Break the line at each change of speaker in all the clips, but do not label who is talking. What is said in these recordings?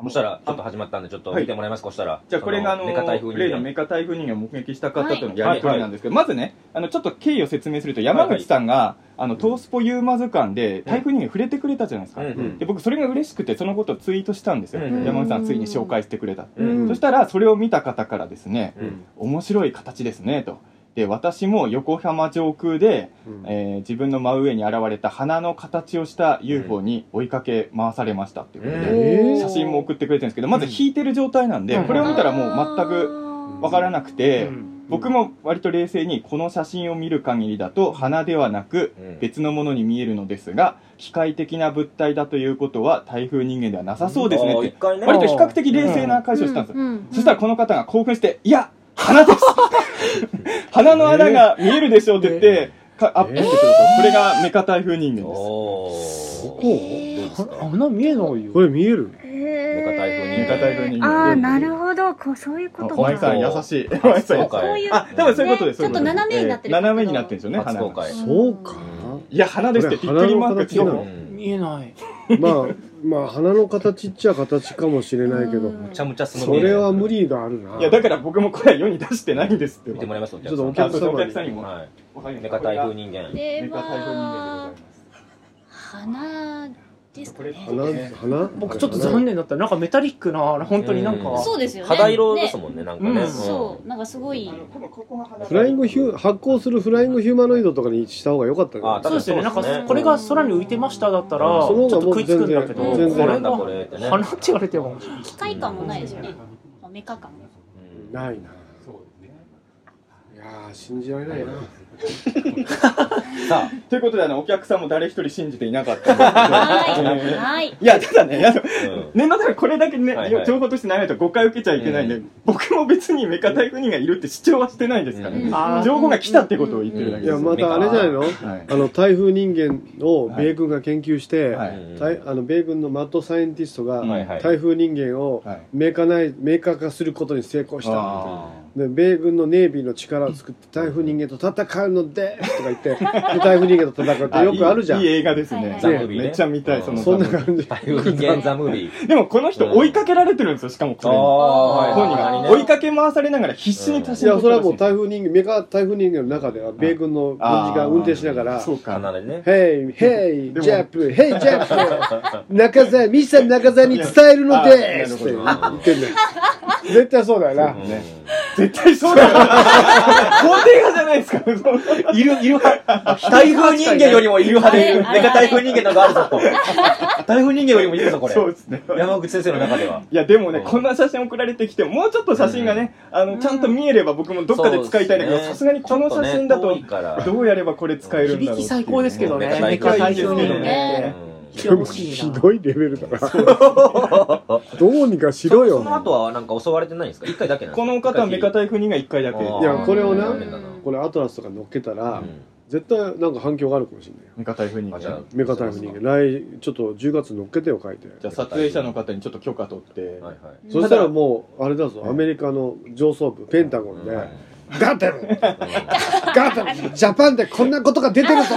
そしたら、ちょっと始まったんで、ちょっと
はい
見てもらえますか、そしたら。
じゃあこれがあ
そ
の
メカ台風
例
人
の
間
メカ台風人間を目撃した方とのやり取りなんですけど、まずねあのちょっと経緯を説明すると山口さんが、あのトースポユーマ図鑑で台風人間触れてくれたじゃないですか、
うんうん
で僕それが嬉しくてそのことをツイートしたんですよ、
うんうん
山口さんついに紹介してくれた、
うん
そしたらそれを見た方からですね
うん。
面白い形ですねとで私も横浜上空で、えー自分の真上に現れた花の形をした UFO に追いかけ回されましたっていうことで、
うん
写真も送ってくれてるんですけどまず引いてる状態なんで、
うん
これを見たらもう全く
く
わからなくて、僕
も
も割と冷静にこの写真を見る限りだと花ではなく
うん
別のものに見えるのですが機械的な物体だということは台風人間ではなさそうですね
あ
っ
ー
て
一回ね。
割と比較的冷静な解消したんですよ、
す
そしたらこの方が興奮して「いや花です! 」 花の穴が見えるでしょうって言って、かアップしてくると、これがメカ台風人間です
おー。
こ
どうですか
穴見えないよ
これ見える
メカ台風人
メカ台風人間
ああーなるほどこうそういうこと
あ
か
マイさん優しいマイさん
そ
優
う
しい
か
そういう
あ多分そういうことです、そうい
ね
うことです
ちょっと斜めになってる
えー斜めになってるんですよね
初
花
公
が
開。
そうか
いや花ですってびっくりマークつけ
こ
て
う
れ花の形なの
ん
見えない
まあまあ花の形っちゃ形かもしれないけど
うん
むちゃむちゃす
それは無理があるない
やだから僕もこれは世に出してないんですって
見てもらいます
ちょっとお客
あそう
様
お客さんにも
はい。
わかりま
メ
し
カ
た
台風人間。
で
メカ台風人間で
は
ございます
花ですかね
花花
僕ちょっと残念だったなんかメタリックな本当になんか
うん
そうですよね
肌色ですもんね、なんかね。
うん
うん
そうなんかすごい
あの多分ここが花
フライングヒュー発光するフライングヒューマノイドとかにした方が良かった
あ
か
そうですよねなん
そうですね
かこれが空に浮いてましただったらち
うん
ょっと食いつくんだけど
その方がもう
こ
全然
れ
なんだ
が
これってね。
花って言われても
機械感もないですよねメカ感
うん
らないなそういやー信じられないな
さ
ということであのお客さんも誰一人信じていなかったんですけど
はい
えー
はい
いやただねあの
あ、うん
念のためこれだけね、
はいはい
情報としてないと誤解を受けちゃいけないんで、僕も別にメカ台風人がいるって主張はしてないですからね、
うん
あー
情報が来たってことを言ってるだけ
い
です、
やまたあれじゃないの
はい
あの台風人間を米軍が研究して、
はい
うん
たいあの米軍のマッドサイエンティストが
はいはい
台風人間を
はい
メーカーないメーカー化することに成功した
あー
で米軍のネイビーの力を作って台風人間と戦うのですとか言ってで台風人間と戦うってよくあるじゃん
いいいい映画です
はいは
ね
い
ザムービーねめっちゃ見たい、
うん
その
そんな
ザムービー
感じ
台風人間ザムービー。
でもこの人追いかけられてるんですよしかもこれに
あー
本人
はい
が追いかけ回されながら必死に写
い
真
や
を
そ
撮
れ
っ
は
てほし
もう
い
台風人間メカ台風人間の中では米軍の軍事が運転しながら「
そうか
離れね。
ヘイヘイ
でも
ジャップヘイジャ ップ中澤ミサ中澤に伝えるのです」って
い
言
や
ってんだよ絶対そうだよな
うん
絶対そうだ よ。肯定派じゃないですか。いる、いる
台風人間よりもいる派で、メ
あれあれ
カ台風人間のがあるぞと。台風人間よりもいるぞ、これ。
そうですね。
山口先生の中では。
いや、でもね、
うん
こんな写真送られてきて、もうちょっと写真がね、あの、ちゃんと見えれば僕もどっかで使いたいんだけど、さすがにこの写真だ
ちょっ
と
ね遠い、から
どうやればこれ使えるんだろう
響
ってい
き
う
最高ですけどねメカ台風人間のね
うん
一応欲しい
ひ
な
どいレベルだなどうにかしろ
その
よ
後はなんか襲われてないんですか一回だけなんです
こ
か
の方はメカ
一
台風人が1回だけ。
回きり
いやこれを
あ
な
ーダメだな
これアトラスとか乗っけたら、
うん
絶対なんか反響があるかもしれないよ
メカ台風人
あじゃあ
メカタイム人間来ちょっと10月乗っけてよ書いて
じゃあ撮影者の方にちょっと許可取って、
はいはい
そしたらもうあれだぞ
はい
アメリカの上層部ペンタゴンで、
うん
ガーテンガーテンジャパンでこんなことが出てるぞ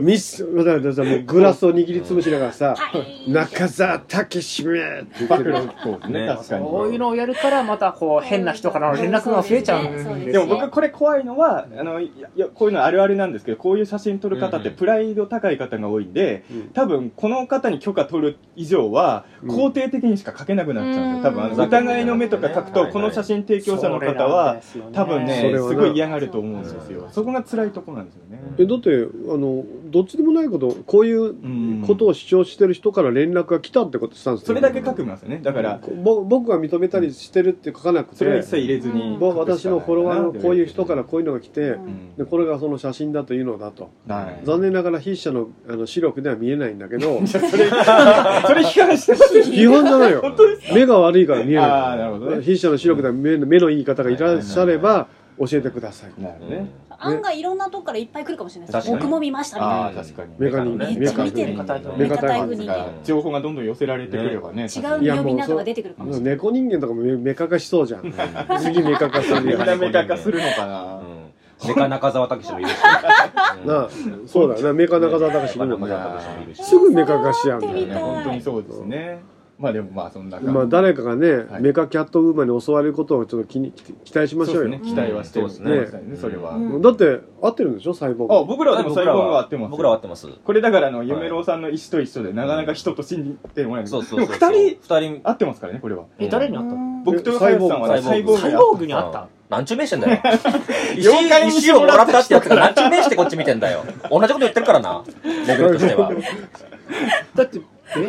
ミスだからだからもうグラスを握りつぶしながらさ「
はい
中澤武志め!」って言
暴
って
露
る
こうね、
ね
確かに。
そういうのをやるからまたこう変な人からの連絡が増えちゃうんですよ
そう
でも
ね
僕これ怖いのはあのいやこういうのあるあるなんですけどこういう写真撮る方っ
うんう
て
ん
プライド高い方が多いんで、
うん
多分この方に許可取る以上は
うん
肯定的にしか書けなくなっちゃうんですよ多分あ
うん
の疑いの目とか書くと
うん
この写真提供者の
それ
方
なん
は
ですよね
多分
そ
ね
れ
す
はな
ごい嫌がると思うんです
う
よ
ん
そこが辛いとこなんですよね
う
えだってあのどっちでもないことこういう
うん
ことを主張してる人から連絡が来たってことしたんですよ
それだけ書くんですよねだから
ぼ僕が認めたりしてるって書かなくて
それは一切入れずに
ぼ私のフォロワーのこういう人からこういうのが来て
うん
うん
でこれがその写真だというのだと
はい
残念ながら筆者のあの視力では見えないんだけど
そ れそれ批判してます
批判じゃないよ目が悪いから見え
ああ
な
なるほ
い
どね
筆者の視力では目の目のいい方がいらっしゃれば教えてください
なるほど
う
ね
ん
案外いろんなとこからいっぱい来るかもしれないです
確かに
僕も見ましたみたい
あ
な
あ確かに
メカ人
間
めっ
メ
ちゃ
カ
見てる
メカ人間
メカ台風人
メカ
間
台
情報がどんどん寄せられてくればね
違
確かに
う呼び名とか出てくるかもしれない
猫人間とかもメメカ化しそうじゃん次メカ化する
み
よ
んなメカ化するのかな、
メカ中澤武史もいるし。
なあそうだよなメカ中澤隆史
メカ
君
中
も
澤武史もいるし。
すぐメカ化しちゃうんだよ
ね
見たい
本当にそうですね、まあでもまあそんな感じ
まあ誰かがね、
い
メカキャットウーマンに襲われることをちょっと気に期待しましょ
そうです
うよ。
ね期待はしてる
そう
ね
です
ね
ねそれは、
うん
だって合ってるんでしょ細胞
あ
が。
僕らはでも細胞が合ってます
僕らは合ってます。
これだからあの夢郎さんの石と一緒でなかなか人と信じてもらえない
そうそうそ
で
う。
も2人
人。二人。
合ってますからねこれは
え、誰にあったの
僕とサイさんはね
細
細
胞
胞
サイ
に
ボーグにあった
なんちゅう名してん だよ。
妖怪に
石をもらったってやつがなんちゅう名してこっち見てんだよ。同じこと言ってるからな。レベルとしては。
だって、え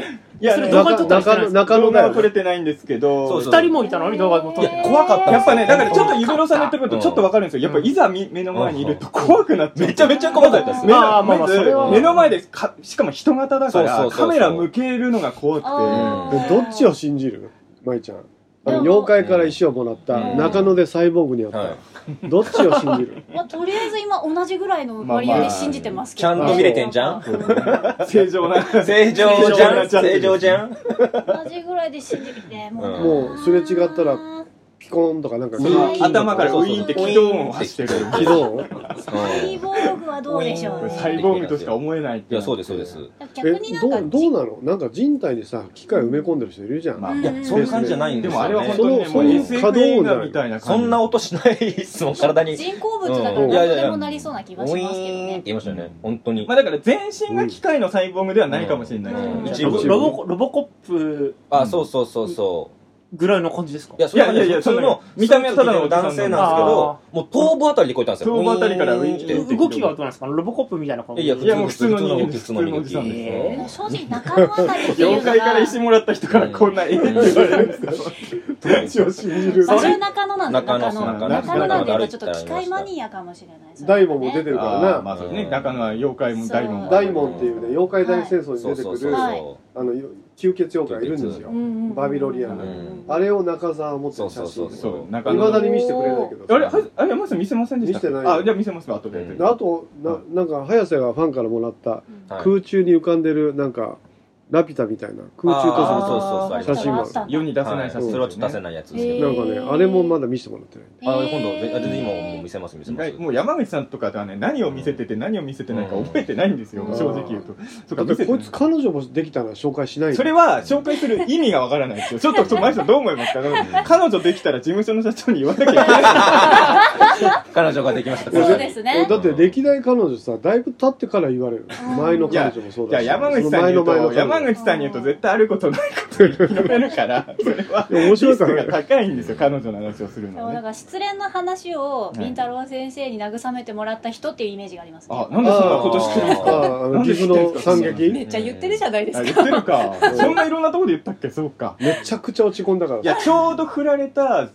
いや
それ
ね
どこに撮った
中
りして
中
ないんですか
中野
動
だ
画
よ
は撮
ね。
れてないんですけど
そうそう
二人もいたのに動画も撮
い
っ
や
て。、
怖かったんですよ
やっぱね、だからちょっと夢郎さんの言ってることちょっとわかるんですよ。やっぱいざみ目の前にいると怖くなっちゃう。
めちゃめちゃ怖かったです
目の
あーまあまあ
まず
それは
目の前でか、しかも人型だから、
そうそうそうそ
カ
う
メラ向けるのが怖くて。
あ
でどっちを信じる舞ちゃん。あの
でも
妖怪から石をもらった、
うん
中野でサイボーグにあった、
は
どっちを信じる
まあ、とりあえず今同じぐらいの割合で信じてますけど、
まあまあちゃんと見れてんじゃん
正常な。
い。 正常じゃん。正常じゃん。
同じぐらいで信じててもうな、
もうすれ違ったらピコーンとかなんか
その
金
頭からウィーンって軌道音を発してる。
軌道音
サイボーグはどうでしょ
う
うん
サイボーグとしか思えないっ
い
て。
や、そうです、そうです。
え
逆になんか
どうどうなのなんか人体にさ機械埋め込んでる人いるじゃん、
まあ
いや、そういう感じじゃないん
で
です
もあ
よ
れは
ね
本。当にね、
そ
も
う
う
そういう可
SF
動
映
だ
画
よ
みたいな感
そ
じ。
んな音しないですもん、体に。
人工物だから
うん
どうでもなりそうな気
ウィ
がしますけど
ーンって
ね、
言いましたよね。本当に
ま。あだから全身が機械のサイボーグではないかもしれないけど
うん
ね。
一
ロ
部
ボロボコロボコップ
あ、そうそうそうそう。
ぐらいの感じですか
いや、それはね
いやいやいや
普通の
そんな、見た目はただのおじさんな
男性なん
ん
です
で
けど、もう頭部あたりでこうやったんですよ。
頭部あたりからウィーンって
い
動きはどうなんですかロボコップみたいな感じ
やいや、
いやもう普通の人間
普
です
通の人間
普通のおじさん
です
え
もう正直中野あたりっていう
妖
のが
怪から石もらった人からこんなええって言われるんですか
どっちを信じる
あそれ中野なんです
中
中
野
野
中
中
野
野なんでや
中野
っぱちょっと機械マニアかもしれないですね
大門も出てるからな、
あーまあそうね、中野は妖怪も大門も
大門っていうね妖怪大戦争
え
に
そう
出て
そ
く
う
る
そう
はい
そ
あの吸血妖怪いるんですよ、
うんうんうん
バビロリアン
うんうん
あれを中澤は持ってる写
そう
真
そう
で
そう
そう、中
い
野
まだに見せてくれないけど
あれ、はあれ、山下さん見せませんでしたっけ
見せてない
あ、じゃあ見せますわ、後で。
うん
あとななんか早瀬がファンからもらった
う。はい
空中に浮かんでるなんかラピュタみたいな空中
あーそうそうそ
塗装
う
あー
写真もある
あったんだ
世に出せない写
は
真。
それはちょっと出せないやつですけ
へ
ど。
な
ー
んかねあれもまだ見せてもらってない
あ、今度、全然今もう見せます、見せ
意
ます
外。もう山口さんとかではね、何を見せてて何を見せてないか覚えてないんですよ、
うん
正直言うと。そ
だ
うか、見
って
せて
こ
ない
いつ彼女もできたら紹介しない
それは紹介する意味がわからないですよ。ちょっと、ちょっと前さんどう思いますか彼女できたら事務所の社長に言わなきゃいけ ない。
彼女ができました。
そうですね
だって歴代彼女さだいぶ経ってから言われる
うん
前の彼女もそう
じゃ
だ
あ
し
山口さんに言う
その
と、
前の
山
前の彼女
口さんに言うと絶対あることないこと言われるから、それは。
いや面白いから
リスクが高いんですよ、彼女の話をするの
でも
は
なん
ね。
か失恋の話を凛太郎先生に慰めてもらった人っていうイメージがありますね、
あ、なんでそんなこと知ってるんです
あ
か
ああの岐阜の惨劇
め
め
っちゃ言ってるじゃないです
あ
か
言ってる か。そんないろんなところで言ったっけそうか。
ちゃくちゃ落ち込んだから
いや、ちょうど振られた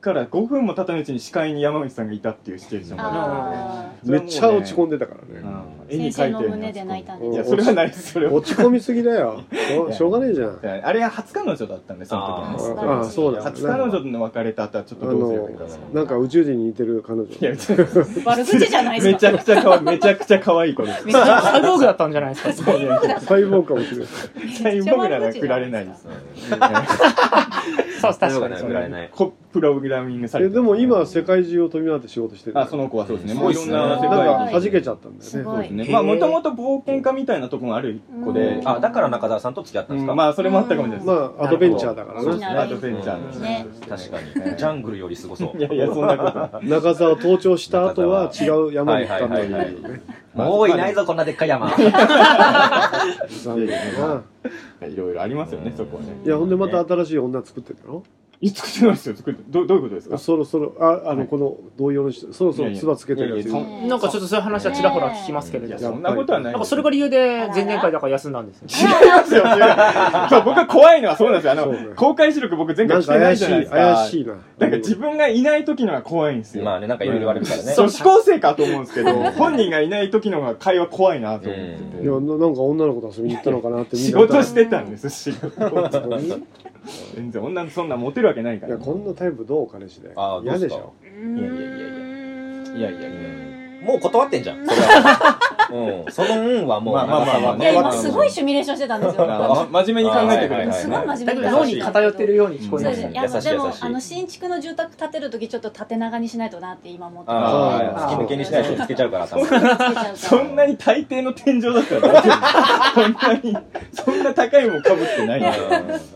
から5分も経たないうちに司会に山口さんがいたっていうシチュエーションがあ
あ
めっちゃ落ち込
ん
んでたからね
ー先生の胸で泣いたん
うん
で
いや、それはないです、それは。
落ち込みすぎだよしょうしょうがねえじゃん
あれは初彼女だったんで、その時は
あ
ね
素晴らしい
ああそうだ
初彼女の別れた後はちょっとどうせよりかな。い
なんか宇宙人に似てる彼女
や、うちの
悪口じゃない
め
です
ち
か
ゃくちゃ可愛い、めちゃくちゃ可愛い子です。
めっちゃサイボーグだったんじゃな いですか
サイボーグかもしれない
絶対僕らが振られないです。
そう確
確
か
か
に
に
そ
振
う
られない。
こプログラミングされ
え
て
でも今世界中を飛び回って仕事してる
あ、その子はそうですね。もういろんな世
なん
界
か
に。
弾けちゃったんだ
す
よね
ごい、
ね、まあもともと冒険家みたいなとこもある子で、
うん
あ
あ、だから中澤さんと付き合ったんですか
まあそれもあったかもしれないです、
まあアドベンチャーだから
好き
な
な
アドベンチャーの
ね
確かに。ジャングルよりすごそう。
いやいやそんなことない
中澤を登頂した後は違う山に行ったんだけど
はいはいは
ね
もういないぞ、こんなでっかい山。
残念だない
ろいろありますよね、そこはね
いやほんでまた新しい女作ってんだろ
いつ作ってますよ作ってどどういうことですか
そろそろああのこの同様の人そろそ
い
ろ
やいや
つばつけてるやつ
いやいや
なんかちょっとそういう話はちらほら聞きますけれ
い
ど
や
も
そんなことはない
なんかそれが理由で前々回だから休んだんですよ
違いますよ違いますそう僕は怖いのはそうなんですよあ
そう
の
ね
公開収録僕前
な
回
ん
し
か
てない
怪し
じゃないで
い
すか
怪しいな
なんか自分がいない時のが怖いんですよ、
まあね、なんかいろいろ言われるからね。
そう女子高生かと思うんですけど本人がいない時のが会話怖いなと思ってて、
いやななんか女の子と遊びに行ったのかなってみんな
仕事してたんです仕 事
い
全然女のそんなモテるわけないから
やこんなタイプどう彼氏で
あーどう
嫌
すか
でしょ
いやいやいやいやいやいやいや
もう断ってんじゃん。それはうん。その運はもう、
まあまあまあまあ
い
ま
や、
あま
今
あ
すごいシミュレーションしてたんですよ。
ま真面目に考えてくれ
あーはいはいは
る
い
すごい真面目
だけ
に考えて
ど脳に偏ってるように聞こえ
そう
ま
ですすい
ね。
やあの
優しい
でも
優しい
あの新築の住宅建てる時ちょっと縦長にしないとなって今思ってます
ああ、
あー
突き抜けにしないとつけちゃうから、頭。
そんなに大抵の天井だったら大丈夫そんなにそんな高いもんかぶってないよ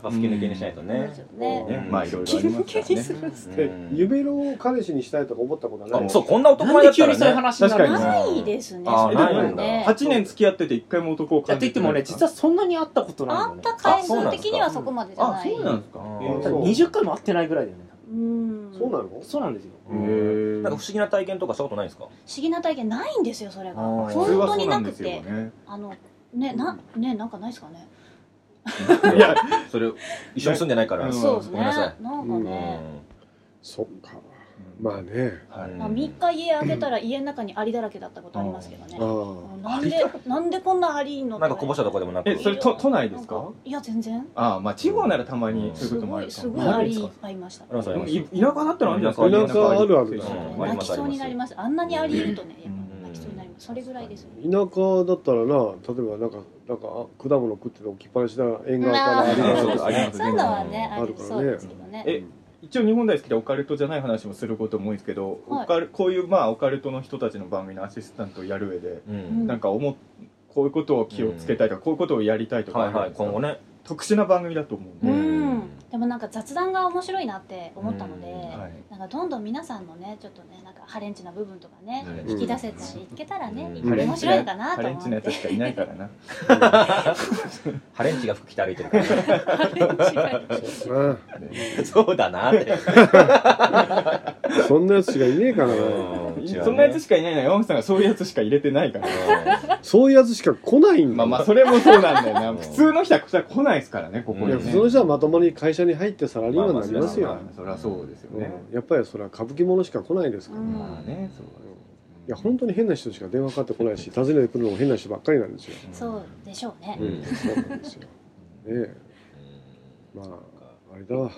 うん突き抜けにしないとね。
ね
ねまあいろいろありますからね
で夢のを彼氏にしたいとか思ったことはない
あそう、こんな男
なん
前だ
で
った
急にそういう
らね。
話にな
確か
るんです
に
か
ないですね。
あ
そ
ー
れは
ないんだ
ね
8年付き合ってて一回も男を
いや
感
って
じ
言って
て
も
な
ね、
い
実はそんなに会ったことない
あ
の
ん
ね。
た回数的にはそこまでじゃ
あ
ない。
そうなんですか
うん
へー
た
20回も会ってないぐらいだよね。
うん。
そうなの
そうなんですよ。
うんなんか不思議な体験とかしたことないですか
不思議な体験ないんですよそれが
あ
本
ー
それは
当
そう
に
な
なんく
ですよ
て
ね
あのねなねなんかないですかね
いやそれ
一緒に住んでないか
う
ら。
ん
そうです
ごめ
ね
んなさい。
なんかね
そっかまあね
はい
まあ3日家開けたら家の中にアリだらけだったことありますけどね
あ
なんでなんでこんなアリいんの
なんかこぼしたとこでもなく。
えそれ都都内ですか
いや全然
ああまあ地方ならたまにそういう
す
ことも
ご
あ
い
るか
す
も
ごい
な
ア
いで
リ
す
い
か
っぱいいました
ありますあ
で
り
も
ます
い田舎だったらあるんじゃないです
田
か
舎あるある
うん
ありま
泣
す
きそうになりますあんなにアリいるとねやっ
う
ぱ
ん
泣きそうになりますそれぐらいですよ
田舎だったらな例えばなんかなんかあ果物食ってて置きっぱなしだ縁側から
まあ
ありがと
そううそうあります
そういうのはねあ
ある
る
からね
そうですけどね
え一応日本大好きでオカルトじゃない話もすることも多いですけど、
はい
オカルこういうまあオカルトの人たちの番組のアシスタントをやる上で、
うん。
なんか思っこういうことを気をつけたいとか、こういうことをやりたいとか
は
あ
い
るん
は
で
い、
すか
今後ね。
特殊な番組だと思うんで、
うんでもなんか雑談が面白いなって思ったので
うん
はい
なんかどんどん皆さんのねちょっとねなんかハレンチな部分とかね、
うん
引き出せたりいけたらね、
うん
いっぱい面白いのかな
ハ
と
レン
思
チの
っ
や
て
つしかいないからな
ハレンチが服着て歩い てるからね。
な
そうだなって。
そんなやつしかいねえからな
そんなやつしかいないのは山口さんがそういうやつしか入れてないから
か。
そういうやつしか来ないんだ
まあまあそれもそうなんだよな普通の人は来ないですからねここ
い
に
や
ね
普通の人はまともに会社に入ってサラリーマンになり
まあ
ますよ、
まあそりゃそうですよね、
うんやっぱりそれは歌舞伎者しか来ないですから、
うん
い
まあねそう
や本当に変な人しか電話かかってこないし訪ねてくるのも変な人ばっかりなんですよ、
そうでしょうね、
うん、そうなんですよねえまああれだわ
はい。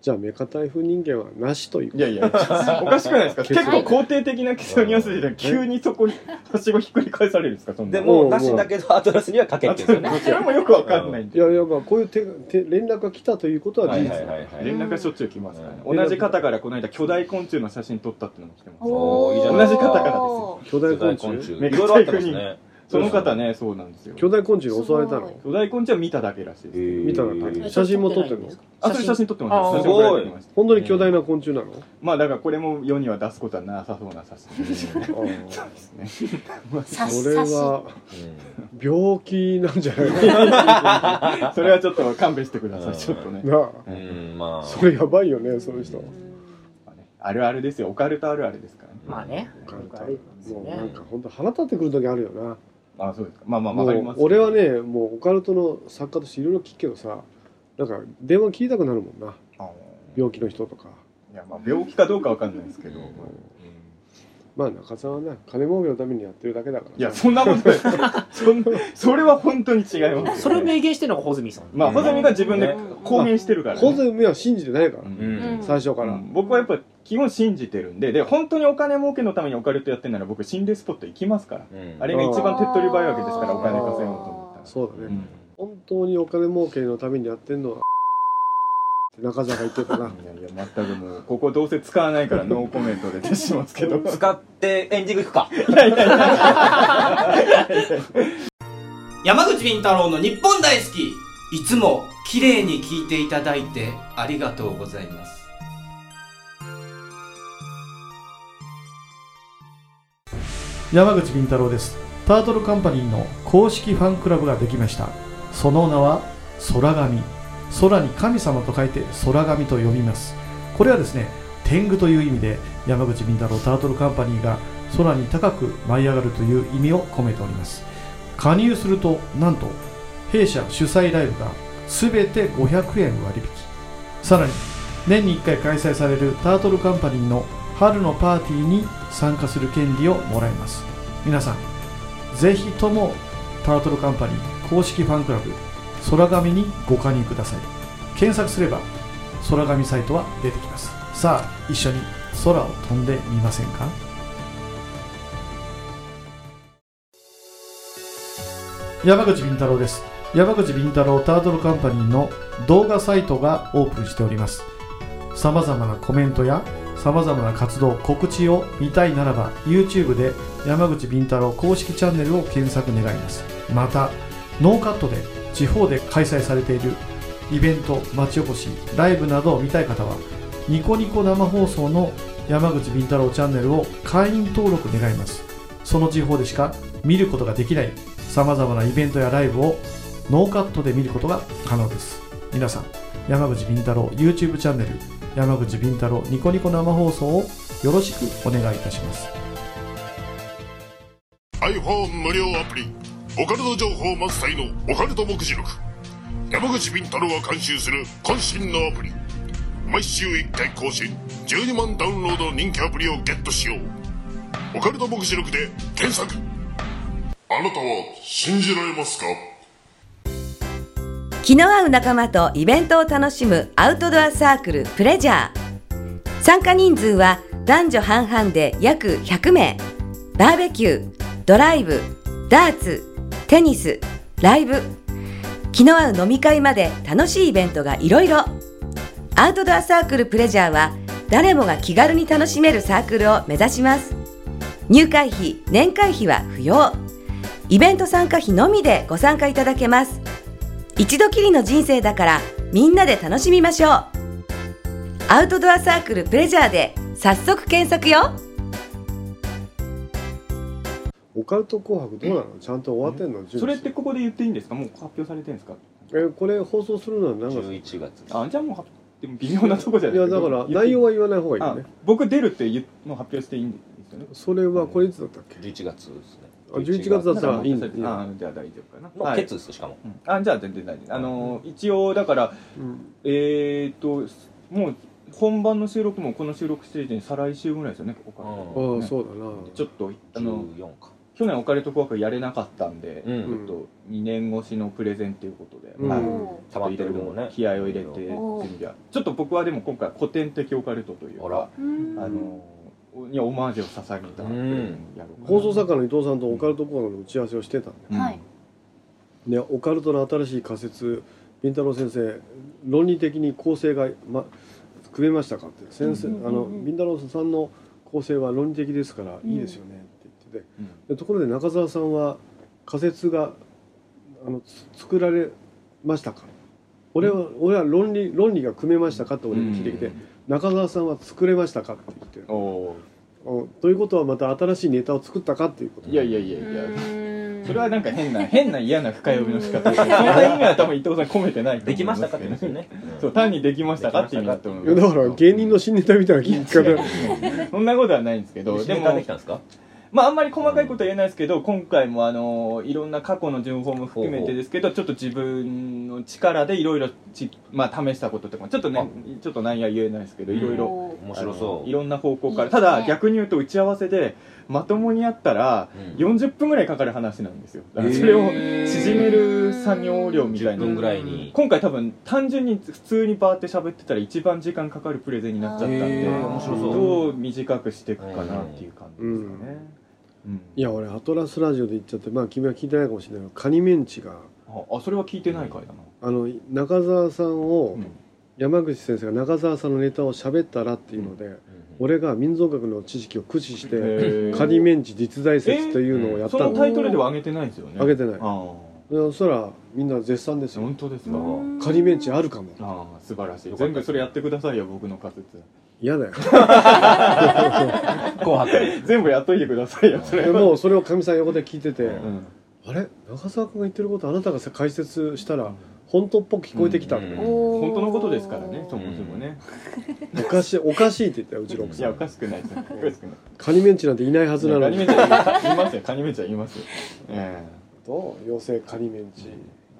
じゃあメカ台風人間はなしという
いやいや、おかしくないですか
結
結
構
構肯定的な結論に合わせてたら急にそこに、はしごひっくり返されるんですかそんな。
でも、なしだけど、アトラスにはかけって言うんですよね。
それもよくわかんないん
い
で。
やいやまあこういう手手連絡が来たということは
は
事
い
実
は
だ、
いはいはい。
連絡がしょっちゅう来ますからね。同じ方からこの間巨大昆虫の写真撮ったっていうのも来てます。
おーいいじゃ
ない
ー
同じ方からですよ
巨大昆虫
いろいろあったんですね。
その方ね、そうなんですよ。
巨大昆虫に襲われた
すごい
の
巨大昆虫は見ただけらしいです。
見たら
えー
写真も撮ってるの
あ、それ写真撮ってます。
あー
写真送られてきました
本当に巨大な昆虫なの、
まあだからこれも世には出すことはなさそうな写真ですね。
あ
さ
あ
っ
それ
さっし
は
う
病気なんじゃないか
それはちょっと勘弁してくださ
う
い。
ん
ちょっとね。
なあ
んうん、まあ。
それやばいよねそういう人
あるあるですよ。オカルトあるあるですからね。
まあね。
カルト
あるんですよ
もう
ね
なんか本当腹立ってくる時あるよな、
あ、そうですか。まあまあ
も
わかりま
う
す。
俺は。ねもうオカルトの作家としていろいろ聞くけどさなんか電話切りたくなるもんな病気の人とか
いやまあ病気かどうかわかんないですけど、
まあ中澤はな金儲けのためにやってるだけだから
いやそんなことな いそんそれは本当に違いますよ
それを明言してるのが穂積さん。
まあ穂積が自分で
うん
公言してるから、ね
小泉は信じてないから、
うん
うん。
最初か
う
ら、
ん僕はやっぱ基本信じてるんでで本当にお金儲けのためにオカルトやってんなら僕心霊スポット行きますから
うん
あれが一番手っ取り早いわけですから
あー
お金稼ごうと思った
そうだね、
ら、うん
本当にお金儲けのためにやってんのはって中澤が言ってたな
いやいや全くもうここどうせ使わないからノーコメントで出しますけど
使ってエンディングいくか。
山口敏太郎の日本大好きいつも綺麗に聞いていただいてありがとうございます
山口敏太郎ですタートルカンパニーの公式ファンクラブができましたその名は空神空に神様と書いて空神と呼びますこれはですね天狗という意味で山口敏太郎タートルカンパニーが空に高く舞い上がるという意味を込めております加入するとなんと弊社主催ライブが全て500円割引さらに年に1回開催されるタートルカンパニーの春のパーティーに参加する権利をもらえます皆さんぜひともタートルカンパニー公式ファンクラブ空紙にご加入ください検索すれば空紙サイトは出てきますさあ一緒に空を飛んでみませんか山口敏太郎です山口敏太郎タートルカンパニーの動画サイトがオープンしておりますさまざまなコメントやさまざまな活動告知を見たいならば YouTube で山口敏太郎公式チャンネルを検索願いますまたノーカットで地方で開催されているイベント町おこしライブなどを見たい方はニコニコ生放送の山口敏太郎チャンネルを会員登録願いますその地方でしか見ることができないさまざまなイベントやライブをノーカットで見ることが可能です皆さん山口敏太郎 YouTube チャンネル山口敏太郎ニコニコ生放送をよろしくお願いいたします
iPhone 無料アプリオカルト情報満載のオカルト目次録山口敏太郎が監修する渾身のアプリ毎週1回更新12万ダウンロード人気アプリをゲットしようオカルト目次録で検索あなたは信じられますか
気の合う仲間とイベントを楽しむアウトドアサークルプレジャー参加人数は男女半々で約100名バーベキュードライブダーツテニスライブ気の合う飲み会まで楽しいイベントがいろいろアウトドアサークルプレジャーは誰もが気軽に楽しめるサークルを目指します入会費年会費は不要イベント参加費のみでご参加いただけます一度きりの人生だからみんなで楽しみましょうアウトドアサークルプレジャーで早速検索よ
オカルト紅白どうなのちゃんと終わってんの準備
それってここで言っていいんですかもう発表されてるんですか
えこれ放送するのは何月
11月
あじゃあもう発でも微妙なとこじゃない
いやだから内容は言わない方がいいよ
あ
ね
僕出るって言うの発表していいんですよね
それはこれいつだったっけ
11月ですね
あ11月だったらいいんだ
あじゃあ大丈夫かな、
の
はい
ケツですしかも
うんあじゃあ全然大丈夫あのー一応だから
うん
えー、っともう本番の収録もこの収録してる時点で再来週ぐらいですよねここ
あ
から、
あ
ね
そうだ
ちょっとあの
14か
去年オカルト紅白やれなかったんで、
う
ちょ
ん
っと2年越しのプレゼンということで、
うん
はい
お
ちょっといろいろ気合を入れて準
お
備はちょっと僕はでも今回古典的オカルトという
あら
か
ーう
あ
ん
のにオマージュを捧げた
う
や
ん
ろうか
な
な
放送作家の伊藤さんとオカルトコーナーの打ち合わせをしてたんだよ
うん
はい
ねオカルトの新しい仮説凛太郎先生論理的に構成が、ま、組めましたかって先生、
うん
あの
うんうん
凛太郎さんの構成は論理的ですからいいですよねって言ってて、でところで中澤さんは仮説があのつ作られましたか俺は、俺は論理論理が組めましたかって俺に聞いてきて、中澤さんは作れましたかって言ってる
うん、お
おということはまた新しいネタを作ったかっていうこと
ーいやいやいやいや、
うん
それはなんか変 な変な嫌な深読みの仕方そんな意味は多分伊藤さん込めてないと思
でき
い
ま
ま
し
す
たか
け
って
ど
言うんですよね
そう単にできましたかって意味だと思い
い
ま
や
す
だから芸人の新ネタみたいな聞き方
そんなことはないんですけ
ど
ど
う
で
で
も
もできたんですか
まああんまり細かいことは言えないですけど今回もあのいろんな過去の情報も含め
ほうほ
て
う
ですけどちょっと自分の力でいろいろちまあ試したこととかもちょっとねちょっと何や言えないですけどいろいろ
おー
面白そ
あの
う
いろんな方向から
いいです
た
ね
だ逆に言うと打ち合わせでまともにやったら
うん
40分ぐらいかかる話なんですよだからそれを縮める作業量みたい
10
な
分ぐらいに
今回多分単純に普通にバーって喋ってたら一番時間かかるプレゼンになっちゃったんで
へー面白そう
どう短くしていくかなっていう感じですかね、うん
いや俺アトラスラジオで言っちゃってまあ君は聞いてないかもしれないけどカニメンチが
ああそれは聞いてない回だな、
あの中澤さんを、
うん
山口先生が中澤さんのネタを喋ったらっていうので、俺が民俗学の知識を駆使し
へ
て「
ー
カニメンチ実在説」というのをやっ
そ
た
の
の、
タイトルでは上げてないですよね
上げてない
ああ
そしたらみんな絶賛ですよ
本当ですか、
うん
カニメンチあるかも
ああ素晴らしい
よかっ
全
た
部それやってくださいよ僕の仮説
嫌だよ
紅白で
全部やっといてくださいよそれ
で
は
もうそれをかみさん横で聞いてて、
うん
あれ中澤君が言ってることあなたが解説したら本当っぽく聞こえてきた、
うん
おー
本当のことですからねそもそもね、
おかしいおかしいって言ったようちの奥
い
さ
やお
ん
かしくないですよおかしくない
カニメンチなんていないはずなの
カ
に
ニメちゃん言いますよカニメちゃん言いますよ、え
と妖精カニメンチい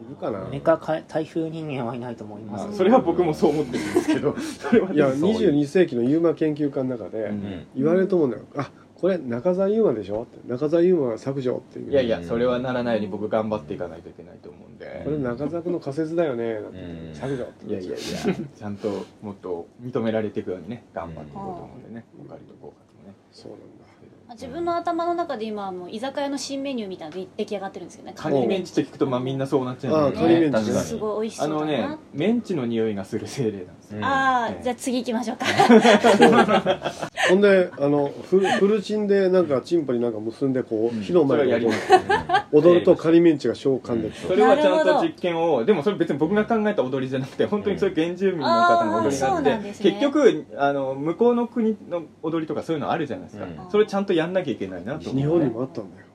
るかな
メカか台風人間はいないと思い
え
ます
まあそれは僕もそう思ってるんですけどそれはい
や
でもそう
22世紀のユーマ研究家の中で
うん
うん
言われると思うんだよ「あこれ中澤ユーマでしょ?」って「中澤ユーマが削除」っていう
いやいやそれはならないように僕頑張っていかないといけないと思うんで
これ中澤君の仮説だよね」なんて
うん
削除」って
いやいやいやちゃんともっと認められていくようにね頑張っていこうと思うんでね、おかりと合格もね
そうなんだ
自分の頭の中で今はもう居酒屋の新メニューみたいなので出来上がってるんですよね
カニメンチって聞くとまあみんなそうなっちゃう
ああ
んだ
カ
よ
ニメ
ね
ンチ
確かに
すごい美味しそ
あ
うだ
の
な
ねメンチの匂いがする精霊なんですよ
あ
う
あ
ん
じゃあ次行きましょうか
ほんであのフルフルチンでなんかチンパになんか結んでこう火の
それ
前
はや
で
りますよね
踊るとカニメンチが召喚でき
それはちゃんと実験をでもそれ別に僕が考えた踊りじゃなくて本当にそういう原住民の方の踊りがあって、
あーそうなんですね
結局あの向こうの国の踊りとかそういうのあるじゃないですか、
うん
それちゃんとやんなきゃいけないなと思う
日本にもあったんだよ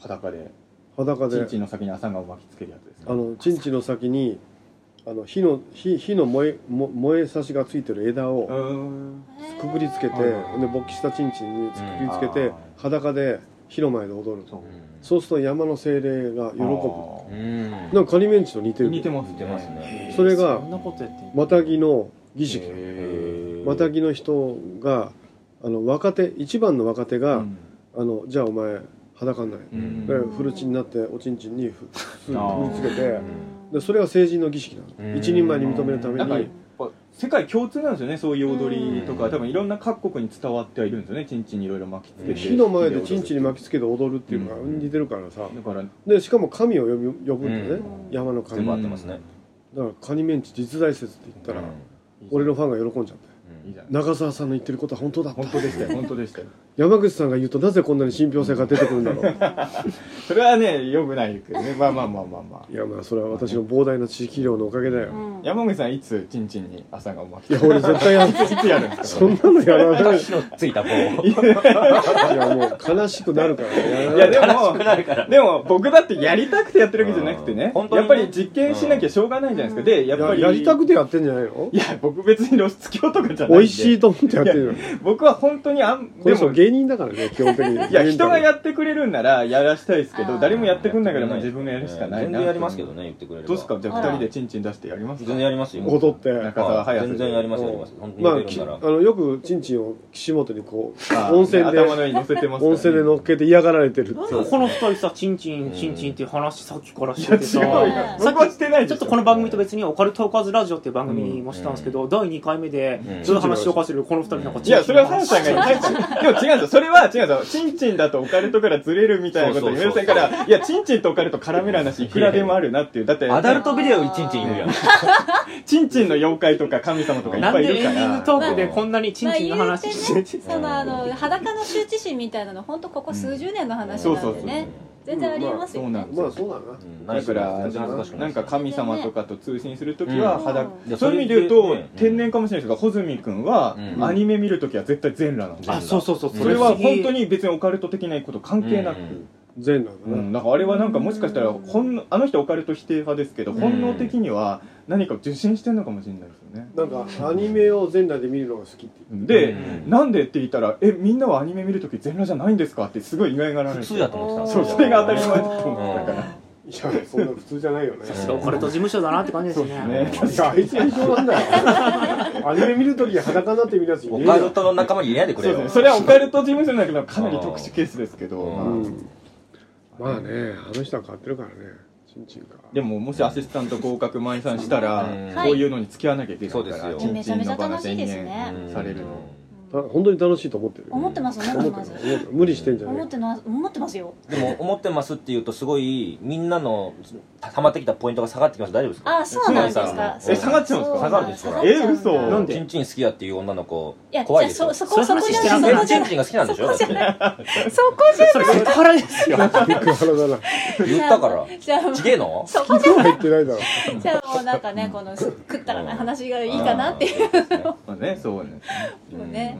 裸で
裸
チン
で
チンの先に朝顔を巻きつけるやつですね
あのチンチの先にあの火の火火の燃えも燃え差しがついてる枝
う
を
ーん
くくりつけて、
えー
で勃起したチンチンにくくりつけ
う
て、
ん
裸で火の前で踊ると
そう
そうすると山の精霊が喜ぶ
う
ぶ
ん
なんかカニメンチと似てる
似てます
似てますね
それが
そんなことやってんの
またぎの儀式
へー
またぎの人があの若手一番の若手が、
うん
あのじゃあお前裸になれ、
うん
でフルチンになっておちんちんにふ
あ
ふく
ー
くりつけてでそれが成人の儀式な
う
の
ん
一人前に認めるため
なんかやっ
に
ぱ世界共通なんですよねそういう踊りとか、
うん
多分いろんな各国に伝わってはいるんですよねチンチンにいろいろ巻きつけて
火の前でちんちんに
だ
巻きつけて踊るっていうのが
うん
似てるからさ
から
でしかも神を呼ぶ呼ぶんだよね
うん
山の
全
神
部合っ
だか
てますね
らカニメンチ実在説って言ったら
うん
俺のファンが喜んじゃって
いいじゃない
長澤さんの言ってることは本当だった
本当でしたよ本当でしたよ
山口さんが言うとなぜこんなに信憑性が出てくるんだろう
それはねよくないけどねまあまあまあまあまあ
いやまあそれは私の膨大な知識量のおかげだよ
うん
山口さんいつチンチンに朝が巻き
いや俺絶対やん
いつやるんです
そ
か
んなのやらない
火のついた棒を
いやもう悲しくなるからやら
い
ない
やでも
なるから
でも僕だってやりたくてやってるわけじゃなくて
うん
ね
本当に
やっ
ね
ぱり実験しなきゃしょうがないじゃないですかでやっぱ
や
り
やりたくてやってんじゃないの
いや僕別に露出狂とかじゃないんで
美味しいと思ってやってるの
僕は本当にあん
こ
で
の人
も
芸人 だからね基本的に
いや人がやってくれるんならやらしたいですけ
あ
ど
ー
誰もやってくんないからまあ自分がやるしかない
全
な
然やりますけどね言ってくれれば
どうですかじゃあ
あら
二人でチンチン出してやります
全
か
然やりますよ
踊って
中澤隼人
全然やりますやります本当
まあ
に似て
き
る
あ
んなら
のよくチンチンを岸本にこう
あー
温泉で
頭の上に乗せてますからね
温泉で乗っけて嫌がられてるって
この二人さ、チンチン、チンチンっていう話さっきからしててさ、
いや
違うよ
さっ
僕はしてない
き
で
ちょっ
し
と
ょ
この番組と別にオカルトーカーズラジオっていう番組もしたんですけど、第2回目で
うん、
そういう話をかせるこの二人なんか
いや、それは
チンチ
ハン
ン
さんが言ったでも違うんですよ。それは違うんですよ。チンチンだとオカルトからずれるみたいなことを
そう
言
そううそう
せんから、いや、チンチンとオカルト絡める話いくらでもあるなっていう。だって、
アダルトビデオ一日いるやん
チンチンの妖怪とか神様とかいっ
なん
ぱいい
で
る
エンディング
か
トークでこんなにチンチンの話してて
そのあの裸の羞恥心みたいなの本当ここ数十年の話
そう
な
そ
ん
う
で
そう
ね全然ありえますよ
そうな
ね
んです
まあ
よ。
そうだな
うん
だから、なんか神様とかと通信するときは
う
裸
ん、
いや
そういう意味で言う
それ
と
でね、
天然かもしれないですが、穂積君は
う、ん
アニメ見るときは絶対全裸なんですよ
あ、そうそうそう。
それは本当
に。
に別にオカルト的なこと関係なく。
うん
全裸
う、
だなん
だからあれはなんかもしかしたら本能あの人オカルト否定派ですけど
うん
本能的には何か受信してるのかもしれないですよね、
なんかアニメを全裸で見るのが好きって
で、
うん
なんでって言ったら「えみんなはアニメ見るとき全裸じゃないんですか?」ってすごい意外がられ
普
て
通やと思って
そ
た
うそれが当たり前だと
う
思
ん
ってたから
いやそんな普通じゃないよね
さすがオカルト事務所だなって感じですね。
ね
いやあいつ一緒なんだよアニメ見るとき裸になって見るやついね
オ
えよ
カルトの仲間に入れないでく
そう
れ
で
よ
すねそれはオカルト事務所だけどかなり特殊ケースですけど、
うん
まあ
うんまあねあの人は変わってるからねチンチンか
でももしアシスタント合格満員さんしたら
うん
こういうのに付き合わなきゃいけないか
そう
ら
ですよ
めちゃめちゃ楽しいですね
されるの
た本当に楽しいと思ってる
思ってます思
思
っ
ってて
ま
ますす思って無理してんじゃな
思っ
い
てます思ってますよ
でも思ってますって言うとすごいみんなのた溜まってきたポイントが下がってきます大丈夫ですか
あそうなんです
そう
か
なんです
え下がっちゃうんですか
下がるんですか
下がっちゃうん
え
だ
嘘
い
なん
チンチン好きやっていう女の子
や
怖い
じゃあ
ですよ
そそこ
そう
そ
いう
こ
話
じ
して
ゃ
な
な
か
い
った
そこじ
チンチ
ゃない
ンが好きなんでしょだって
そこじゃ
それセクハラですよ。
ビッグ腹だな
言ったから
じゃあ
ちげえの
そこ
今日は言ってないだろ
じゃあもうなんかねこの食ったらな話がいいかなっていう
う
まあねそうね
のね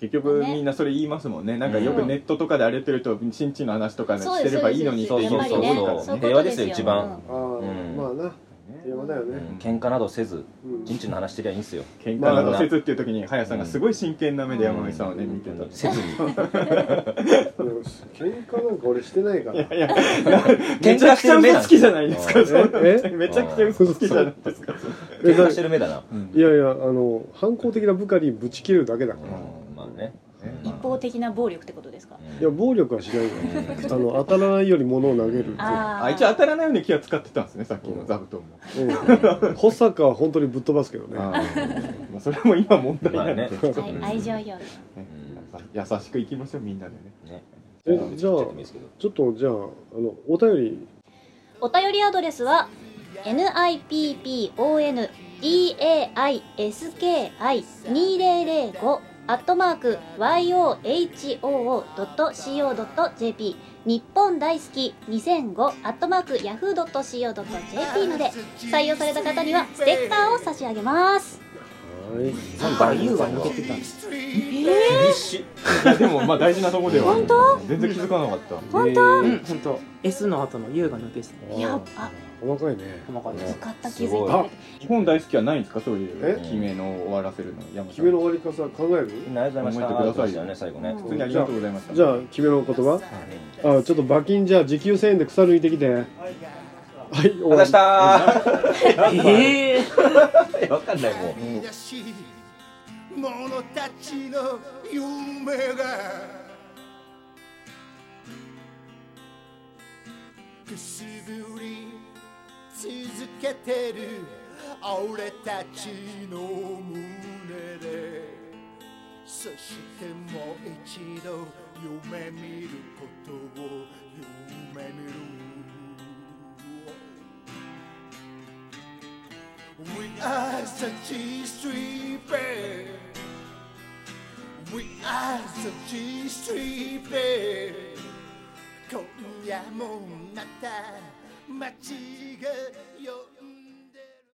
結局みんなそれ言いますもんねなんかよくネットとかで荒れてるとちんちんの話とかね
そう
して
です
ればいいのにって
そう
言
です
う
やっ
人多い
ぱりね
か
そう
らね
そう平和ですよ一番
うん
あーまあな平和だよね
喧嘩などせず
うん
チンチンの話してりゃいいんすよ
喧嘩などせずっていう時に早さんがすごい真剣な目で山上さんをね見てた
せ ずに
喧嘩なんか俺してないから
い や
喧
めち
嘩
ゃ
し
く
て
ちゃ
る目な
嘘
ん
つきじゃないですか
うん
そんな
え
めちゃくちゃ嘘つきじゃないですか
え
喧嘩してる目だな
ないやいやあの反抗的な部下にぶち切れるだけだか
うんまあね
ね
一方的な暴力ってことですか、
いや暴力はしないよあの当たらないより物を投げる
あー
あ一応当たらないように気は使ってたんですねさっきの座布団も、
うん保坂は本当にぶっ飛ばすけどね
あーまあそれも今問題
ま
な
あ
い、ね
ね、
はい、愛情表現
優しくいきましょうみんなでね
ね
え
ちょっとちょ
じゃあ
っと見せてく
ちょっとじゃああのお便り
お便りアドレスは nippondaiski2005 アットマーク yohoo.co.jp 日本大好き2005アットマーク yahoo.co.jp まで採用された方にはステッカーを差し上げます
はい
だから優は抜けてたんです
厳しい
いやでもまあ大事なとこではある
本当
全然気づかなかった
本当
うん本当 S の後の U が抜けてた
いやあ
細かいね
細かいです
よかった気
すご
づ
い
いて
日本大好きはないんですかそういう
え
決めの終わらせるの山
決
下
め
さん
の終わり方考える
みんなありがとうございました
思ってくださいよ
ありがとうござましたね最後ね
普通にありがとうございました
じゃあ決めの言葉あちょっと馬金じゃあ時給1000円で草抜いてきてはい終
ありがとうございま
わ
し
り
た
ええ
わかんないもう
者たちの夢がくすぶり続けてる俺たちの胸でそしてもう一度夢見ることを夢見る We are the G-Street Band. We are the G-Street Band. 今夜もまた間違いよ。